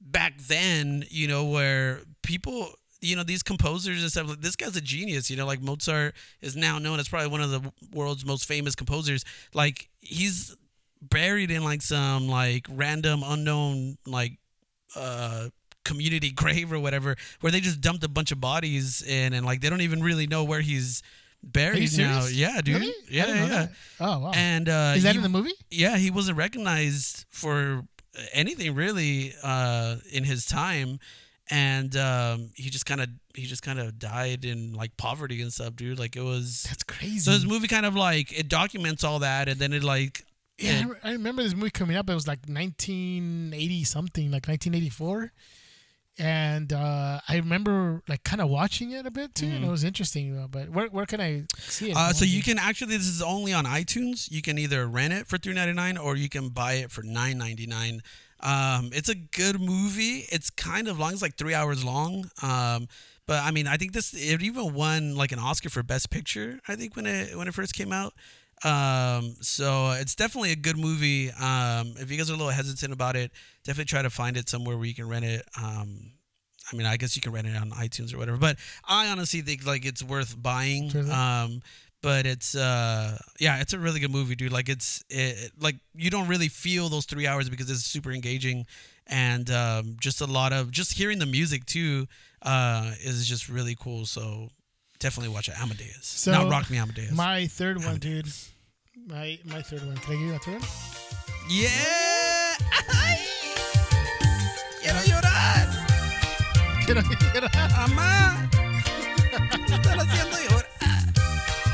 Speaker 2: back then, you know, where people, you know, these composers and stuff, like this guy's a genius, you know, like Mozart is now known as probably one of the world's most famous composers. Like he's buried in like some like random unknown like uh community grave or whatever where they just dumped a bunch of bodies in and like they don't even really know where he's
Speaker 1: Are you
Speaker 2: buried now.
Speaker 1: serious?
Speaker 2: Yeah, dude.
Speaker 1: Really? I
Speaker 2: Yeah,
Speaker 1: didn't know
Speaker 2: yeah.
Speaker 1: that. Oh wow.
Speaker 2: And uh
Speaker 1: is that
Speaker 2: he-
Speaker 1: in the movie?
Speaker 2: yeah, he wasn't recognized for anything really uh, in his time, and um, he just kind of he just kind of died in like poverty and stuff, dude. Like it was.
Speaker 1: That's crazy.
Speaker 2: So this movie kind of like it documents all that, and then it like
Speaker 1: yeah, I
Speaker 2: it-
Speaker 1: re- I remember this movie coming up. It was like 1980 something, like 1984. And uh, I remember like kind of watching it a bit too, and it was interesting. uh, But where where can I see it?
Speaker 2: Mm-hmm. Uh, so you can actually this is only on iTunes. You can either rent it for three ninety nine or you can buy it for nine ninety nine. Um, it's a good movie. It's kind of long. It's like three hours long. Um, but I mean, I think this it even won like an Oscar for Best Picture. I think when it when it first came out. Um, so it's definitely a good movie. Um, if you guys are a little hesitant about it, definitely try to find it somewhere where you can rent it. Um, I mean, I guess you can rent it on iTunes or whatever, but I honestly think like it's worth buying.
Speaker 1: Sure thing.
Speaker 2: Um, but it's uh, yeah, it's a really good movie, dude. Like it's it, like you don't really feel those three hours because it's super engaging, and um, just a lot of just hearing the music too uh, is just really cool. So definitely watch it, Amadeus.
Speaker 1: So,
Speaker 2: Not Rock Me Amadeus.
Speaker 1: My third one, dude. My my third one. Can I give you a third one?
Speaker 2: yeah. Ay! Quiero llorar,
Speaker 1: Can I- can I-
Speaker 2: mamá. Me están haciendo llorar.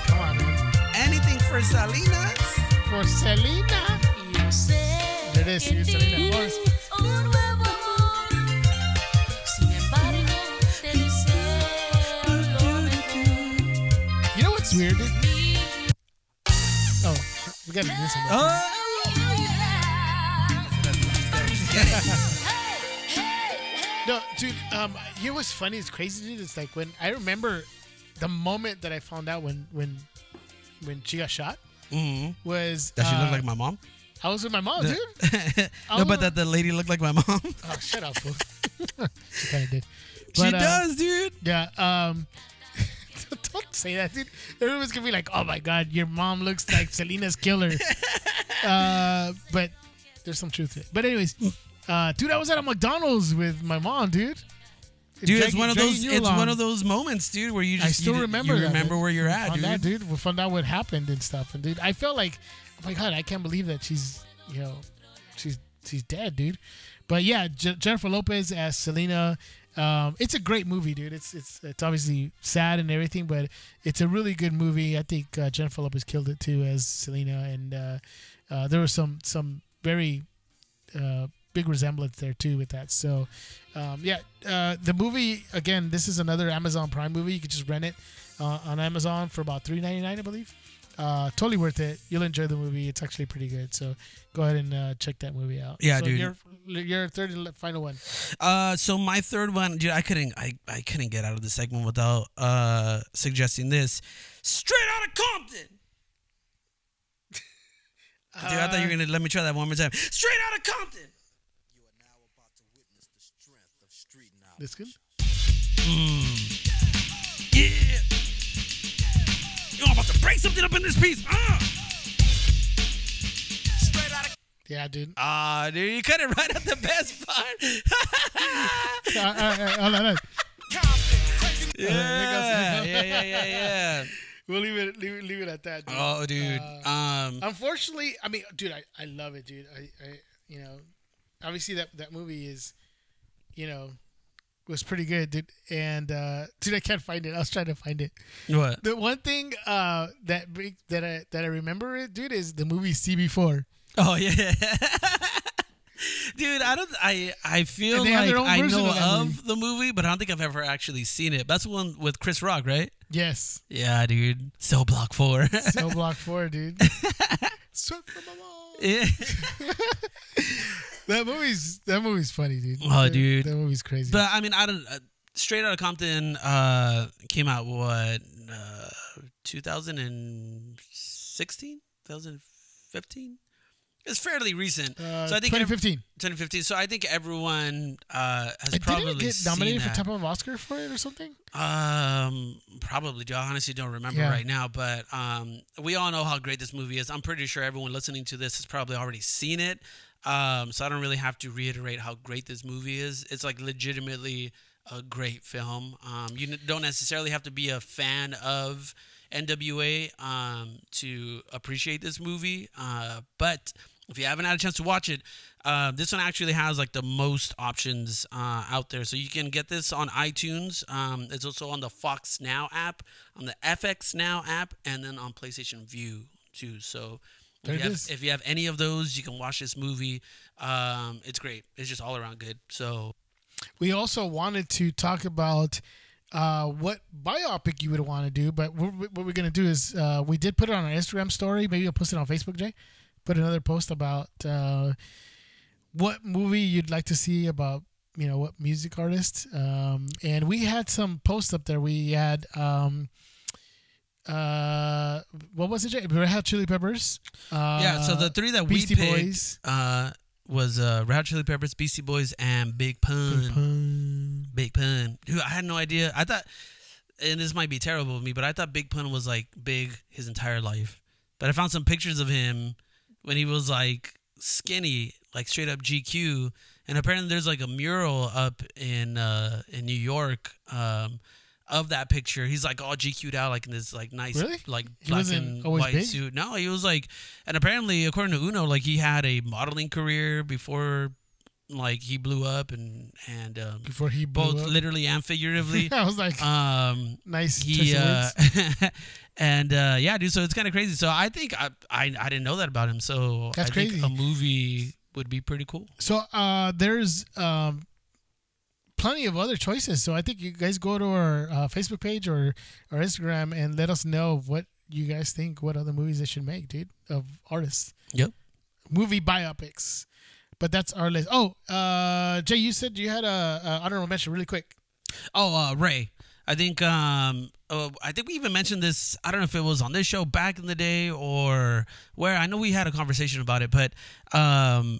Speaker 1: Come on, man.
Speaker 2: Anything for Salinas.
Speaker 1: For Selena.
Speaker 6: Yo sé
Speaker 1: There it is,
Speaker 6: que
Speaker 1: you said it.
Speaker 6: tienes un nuevo amor. Sin embargo, te deseo lo mejor.
Speaker 1: You know what's weird? dude?
Speaker 6: Mi
Speaker 1: Oh, we gotta do this one.
Speaker 2: Oh,
Speaker 6: vida. Hey, hey, hey.
Speaker 1: No, dude. Um, you know what's funny? It's crazy, dude. It's like when I remember the moment that I found out when when when she got shot
Speaker 2: mm
Speaker 1: was
Speaker 2: Does she
Speaker 1: uh,
Speaker 2: look like my mom?
Speaker 1: I was with my mom, dude.
Speaker 2: no, but that the lady looked like my mom.
Speaker 1: Oh, shut up, fool. she kind of did.
Speaker 2: she
Speaker 1: But, uh,
Speaker 2: does, dude.
Speaker 1: Yeah. Um, don't say that, dude. Everyone's gonna be like, "Oh my God, your mom looks like Selena's killer." uh, but there's some truth to it. But anyways, uh, dude, I was at a McDonald's with my mom, dude.
Speaker 2: Dude, it's
Speaker 1: Dragging-
Speaker 2: one of
Speaker 1: dragging
Speaker 2: those.
Speaker 1: you
Speaker 2: It's
Speaker 1: along.
Speaker 2: one of those moments, dude, where you just
Speaker 1: I still
Speaker 2: you, d-
Speaker 1: remember.
Speaker 2: You
Speaker 1: that,
Speaker 2: remember
Speaker 1: dude.
Speaker 2: where you're at,
Speaker 1: found
Speaker 2: dude.
Speaker 1: Out, dude, we found out what happened and stuff, and dude, I felt like, oh my god, I can't believe that she's, you know, she's she's dead, dude. But yeah, J- Jennifer Lopez as Selena. Um, it's a great movie, dude. It's it's it's obviously sad and everything, but it's a really good movie. I think uh, Jennifer Lopez killed it too as Selena, and uh, uh, there was some some very uh, big resemblance there too with that. So, um, yeah, uh, the movie again. This is another Amazon Prime movie. You can just rent it uh, on Amazon for about three ninety nine, I believe. Uh, totally worth it. You'll enjoy the movie. It's actually pretty good. So go ahead and uh, check that movie out.
Speaker 2: Yeah,
Speaker 1: so
Speaker 2: dude.
Speaker 1: Your, your third and final one.
Speaker 2: Uh, so my third one, dude, I couldn't, I, I couldn't get out of the segment without uh suggesting this. Straight out of Compton. Dude, I thought you were
Speaker 1: Uh,
Speaker 2: gonna let me try that one more time. Straight out of Compton.
Speaker 1: This good?
Speaker 2: Yeah. You know, I'm about to break something up in this piece. Uh.
Speaker 1: Yeah, Yeah, dude.
Speaker 2: Ah, dude, you cut it right at the best part.
Speaker 1: Uh, uh, uh, hold on, hold on.
Speaker 2: yeah, yeah, yeah, yeah, yeah.
Speaker 1: We'll leave it, leave it, leave it at that. Dude.
Speaker 2: Oh, dude.
Speaker 1: Uh,
Speaker 2: Um,
Speaker 1: Unfortunately, I mean, dude, I, I love it, dude. I, I you know, obviously that that movie is, you know, was pretty good, dude. And uh, dude, I can't find it. I was trying to find it.
Speaker 2: what?
Speaker 1: The one thing uh, that big- that I that I remember it, dude, is the movie CB4.
Speaker 2: Oh yeah. Dude, I don't. I I feel
Speaker 1: And they have
Speaker 2: like
Speaker 1: their own
Speaker 2: I
Speaker 1: version
Speaker 2: know
Speaker 1: of that
Speaker 2: of
Speaker 1: movie.
Speaker 2: the movie, but I don't think I've ever actually seen it. That's the one with Chris Rock, right?
Speaker 1: Yes,
Speaker 2: Yeah, dude. So Block Four.
Speaker 1: so block four, dude. Sweat from a mall.
Speaker 2: Yeah.
Speaker 1: That movie's that movie's funny, dude.
Speaker 2: Oh,
Speaker 1: That-
Speaker 2: dude.
Speaker 1: that movie's crazy.
Speaker 2: but I mean, I don't. Uh, Straight Outta Compton uh, came out what uh, 2016, 2015. It's fairly recent,
Speaker 1: uh,
Speaker 2: so I think ev-
Speaker 1: 2015.
Speaker 2: 2015. So I think everyone uh, has
Speaker 1: Did
Speaker 2: probably
Speaker 1: it get
Speaker 2: seen
Speaker 1: nominated for
Speaker 2: that.
Speaker 1: top of Oscar for it or something?
Speaker 2: Um, probably. do I honestly don't remember
Speaker 1: Yeah.
Speaker 2: right now, but um, we all know how great this movie is. I'm pretty sure everyone listening to this has probably already seen it. Um, so I don't really have to reiterate how great this movie is. It's like legitimately a great film. Um, you n- don't necessarily have to be a fan of NWA um, to appreciate this movie, uh, but if you haven't had a chance to watch it, uh, this one actually has like the most options uh, out there. So you can get this on iTunes. Um, it's also on the Fox Now app, on the FX Now app, and then on PlayStation View too. So if
Speaker 1: There
Speaker 2: you,
Speaker 1: it
Speaker 2: have,
Speaker 1: is.
Speaker 2: if you have any of those, you can watch this movie. Um, it's great. It's just all around good. So
Speaker 1: We also wanted to talk about uh, what biopic you would want to do, but we're, what we're going to do is uh, we did put it on our Instagram story. Maybe I'll post it on Facebook, Jay. Put another post about uh, what movie you'd like to see about, you know, what music artist. Um, and we had some posts up there. We had, um, uh, what was it, Jay? Red Hot Chili Peppers. Uh,
Speaker 2: yeah, so the three that
Speaker 1: Beastie
Speaker 2: we picked
Speaker 1: Boys.
Speaker 2: Uh, was uh, Red Hot Chili Peppers, Beastie Boys, and Big Pun. Big Pun. Dude, I had no idea. I thought, and this might be terrible of me, but I thought Big Pun was like big his entire life. But I found some pictures of him when he was like skinny, like straight up GQ. And apparently, there's like a mural up in uh, in New York um, of that picture. He's like all GQ'd out, like in this like nice,
Speaker 1: Really?
Speaker 2: like
Speaker 1: He
Speaker 2: black
Speaker 1: wasn't
Speaker 2: and
Speaker 1: always
Speaker 2: white
Speaker 1: big?
Speaker 2: suit dude. No, he was like, and apparently, according to Uno, like he had a modeling career before, like he blew up and and um,
Speaker 1: Before he blew
Speaker 2: both
Speaker 1: up.
Speaker 2: literally and figuratively.
Speaker 1: I was like,
Speaker 2: um,
Speaker 1: nice. choice
Speaker 2: he
Speaker 1: of
Speaker 2: uh,
Speaker 1: words.
Speaker 2: and uh, yeah, dude. So it's kind of crazy. So I think I, I I didn't know that about him. So
Speaker 1: That's
Speaker 2: I think
Speaker 1: crazy.
Speaker 2: A movie would be pretty cool.
Speaker 1: So uh, there's um, plenty of other choices. So I think you guys go to our uh, Facebook page or our Instagram and let us know what you guys think. What other movies they should make, dude, of artists,
Speaker 2: Yep.
Speaker 1: movie biopics. But that's our list. Oh, uh, Jay, you said you had a, a honorable mention, really quick.
Speaker 2: Oh, uh, Ray. I think um, uh, I think we even mentioned this. I don't know if it was on this show back in the day or where. I know we had a conversation about it, but um,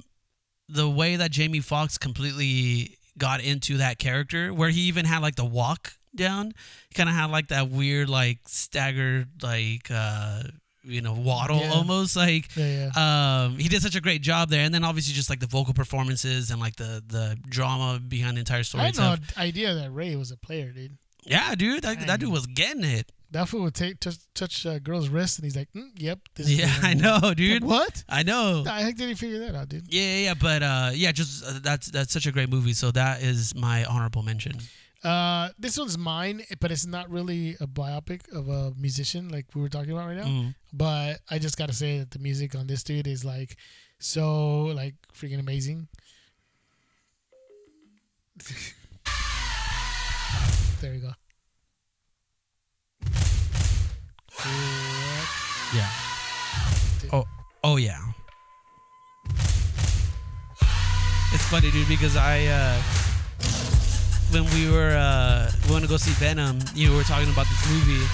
Speaker 2: the way that Jamie Foxx completely got into that character, where he even had like the walk down, kind of had like that weird like staggered like uh, you know waddle
Speaker 1: Yeah.
Speaker 2: almost like
Speaker 1: Yeah,
Speaker 2: um, he did such a great job there, and then obviously just like the vocal performances and like the the drama behind the entire story.
Speaker 1: I had
Speaker 2: and stuff.
Speaker 1: no idea that Ray was a player, dude.
Speaker 2: Yeah, dude, that, that
Speaker 1: Dang.
Speaker 2: dude was getting it.
Speaker 1: That fool would take touch, touch a girl's wrist, and he's like, mm, "Yep, this is the
Speaker 2: Yeah,
Speaker 1: one."
Speaker 2: I know, dude.
Speaker 1: What?
Speaker 2: I know.
Speaker 1: I think didn't figure that out, dude.
Speaker 2: Yeah, yeah, yeah, but uh, yeah, just uh, that's that's such a great movie. So that is my honorable mention.
Speaker 1: Uh, this one's mine, but it's not really a biopic of a musician like we were talking about right now.
Speaker 2: Mm.
Speaker 1: But I just gotta say that the music on this dude is like so like freaking amazing. there you go.
Speaker 2: Yeah. Oh, oh yeah. It's funny, dude, because I uh, when we were uh, going to go see Venom, you know, we were talking about this movie,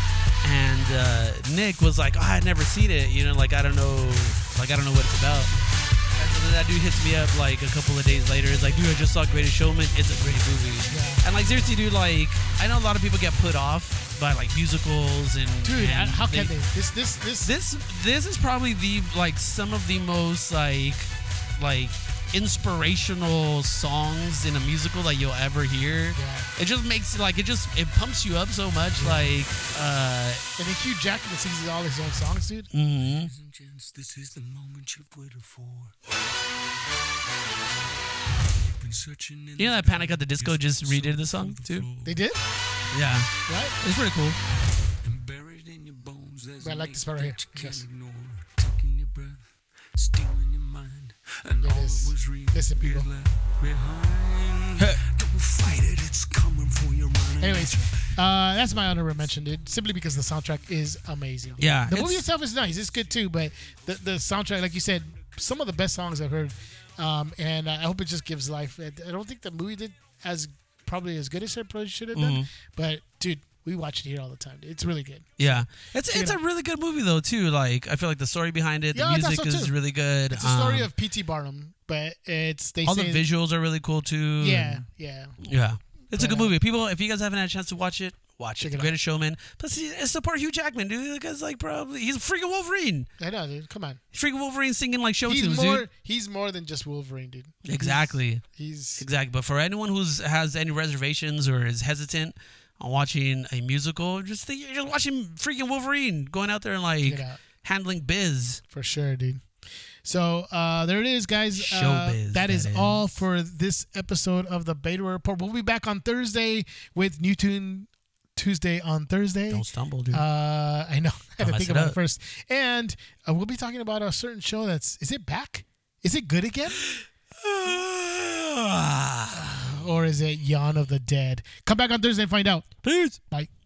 Speaker 2: and uh, Nick was like, oh, "I'd never seen it," you know, like I don't know, like I don't know what it's about. And so then that dude hits me up like a couple of days later. It's like, dude, I just saw Greatest Showman. It's a great movie. And like seriously, dude, like I know a lot of people get put off by like musicals and
Speaker 1: Dude,
Speaker 2: and
Speaker 1: how can they? This this this
Speaker 2: this this is probably the like some of the most like like inspirational songs in a musical that you'll ever hear.
Speaker 1: Yeah.
Speaker 2: It just makes like it just it pumps you up so much. Like uh,
Speaker 1: And then Hugh Jackman sings all his own songs, dude.
Speaker 7: Ladies and gents, this is the moment you've waited for. You've been searching in
Speaker 2: you know
Speaker 7: the
Speaker 2: that Panic at the
Speaker 7: dark,
Speaker 2: Disco
Speaker 7: you've
Speaker 2: just
Speaker 7: been
Speaker 2: redid the song
Speaker 7: searching for
Speaker 2: too.
Speaker 7: floor,
Speaker 1: They did,
Speaker 2: Yeah,
Speaker 1: right?
Speaker 2: it's pretty cool.
Speaker 7: and buried in your bones, there's
Speaker 1: But I
Speaker 7: an
Speaker 1: like this
Speaker 7: ache
Speaker 1: part right
Speaker 7: that
Speaker 1: here.
Speaker 7: you can't
Speaker 1: Yes.
Speaker 7: ignore. Taking your breath, stealing your mind, and
Speaker 1: There it
Speaker 7: all
Speaker 1: is.
Speaker 7: was real
Speaker 1: Listen,
Speaker 7: is
Speaker 1: people.
Speaker 7: left behind. Don't fight it, it's coming for you. running
Speaker 1: Anyways,
Speaker 7: at you.
Speaker 1: uh, that's my honorable mention, dude. Simply because the soundtrack is amazing.
Speaker 2: Yeah,
Speaker 1: the
Speaker 2: it's-
Speaker 1: movie itself is nice; it's good too. But the the soundtrack, like you said, some of the best songs I've heard, um, and I hope it just gives life. I I don't think the movie did as probably as good as it probably should have done.
Speaker 2: Mm-hmm.
Speaker 1: But dude, we watch it here all the time. Dude. It's really good.
Speaker 2: Yeah, it's it's
Speaker 1: know.
Speaker 2: a really good movie though too. Like I feel like the story behind it, the
Speaker 1: Yeah, I thought
Speaker 2: music
Speaker 1: so,
Speaker 2: is
Speaker 1: too.
Speaker 2: really good.
Speaker 1: It's the story
Speaker 2: Um,
Speaker 1: of P.T. Barnum, but it's they
Speaker 2: all the
Speaker 1: say
Speaker 2: visuals are really cool too.
Speaker 1: Yeah,
Speaker 2: and-
Speaker 1: yeah.
Speaker 2: yeah, it's a
Speaker 1: But,
Speaker 2: good
Speaker 1: uh,
Speaker 2: movie. People, if you guys haven't had a chance to watch it, watch
Speaker 1: Check
Speaker 2: it.
Speaker 1: it out.
Speaker 2: Greatest Showman. Plus, he- it's support Hugh Jackman, dude. The guy's like probably he's freaking Wolverine.
Speaker 1: I know, dude. Come on.
Speaker 2: He's freaking Wolverine singing like show
Speaker 1: He's
Speaker 2: tunes,
Speaker 1: more.
Speaker 2: dude.
Speaker 1: He's more than just Wolverine, dude.
Speaker 2: Exactly,
Speaker 1: He's
Speaker 2: exactly. But for anyone who's has any reservations or is hesitant on watching a musical, just think you're just watching freaking Wolverine going out there and like
Speaker 1: Check it out.
Speaker 2: handling biz.
Speaker 1: for sure, dude. So uh, there it is, guys. uh,
Speaker 2: Showbiz,
Speaker 1: that
Speaker 2: that
Speaker 1: is,
Speaker 2: is.
Speaker 1: all for this episode of the Beta Report. We'll be back on Thursday with New Tune Tuesday on Thursday.
Speaker 2: Don't stumble, dude.
Speaker 1: Uh, I know. I had
Speaker 2: Don't
Speaker 1: to
Speaker 2: mess
Speaker 1: think
Speaker 2: it
Speaker 1: about it
Speaker 2: up.
Speaker 1: first. And uh, we'll be talking about a certain show that's. Is it back? Is it good again?
Speaker 2: Ah.
Speaker 1: Or is it Yawn of the Dead? Come back on Thursday and find out.
Speaker 2: Peace.
Speaker 1: Bye.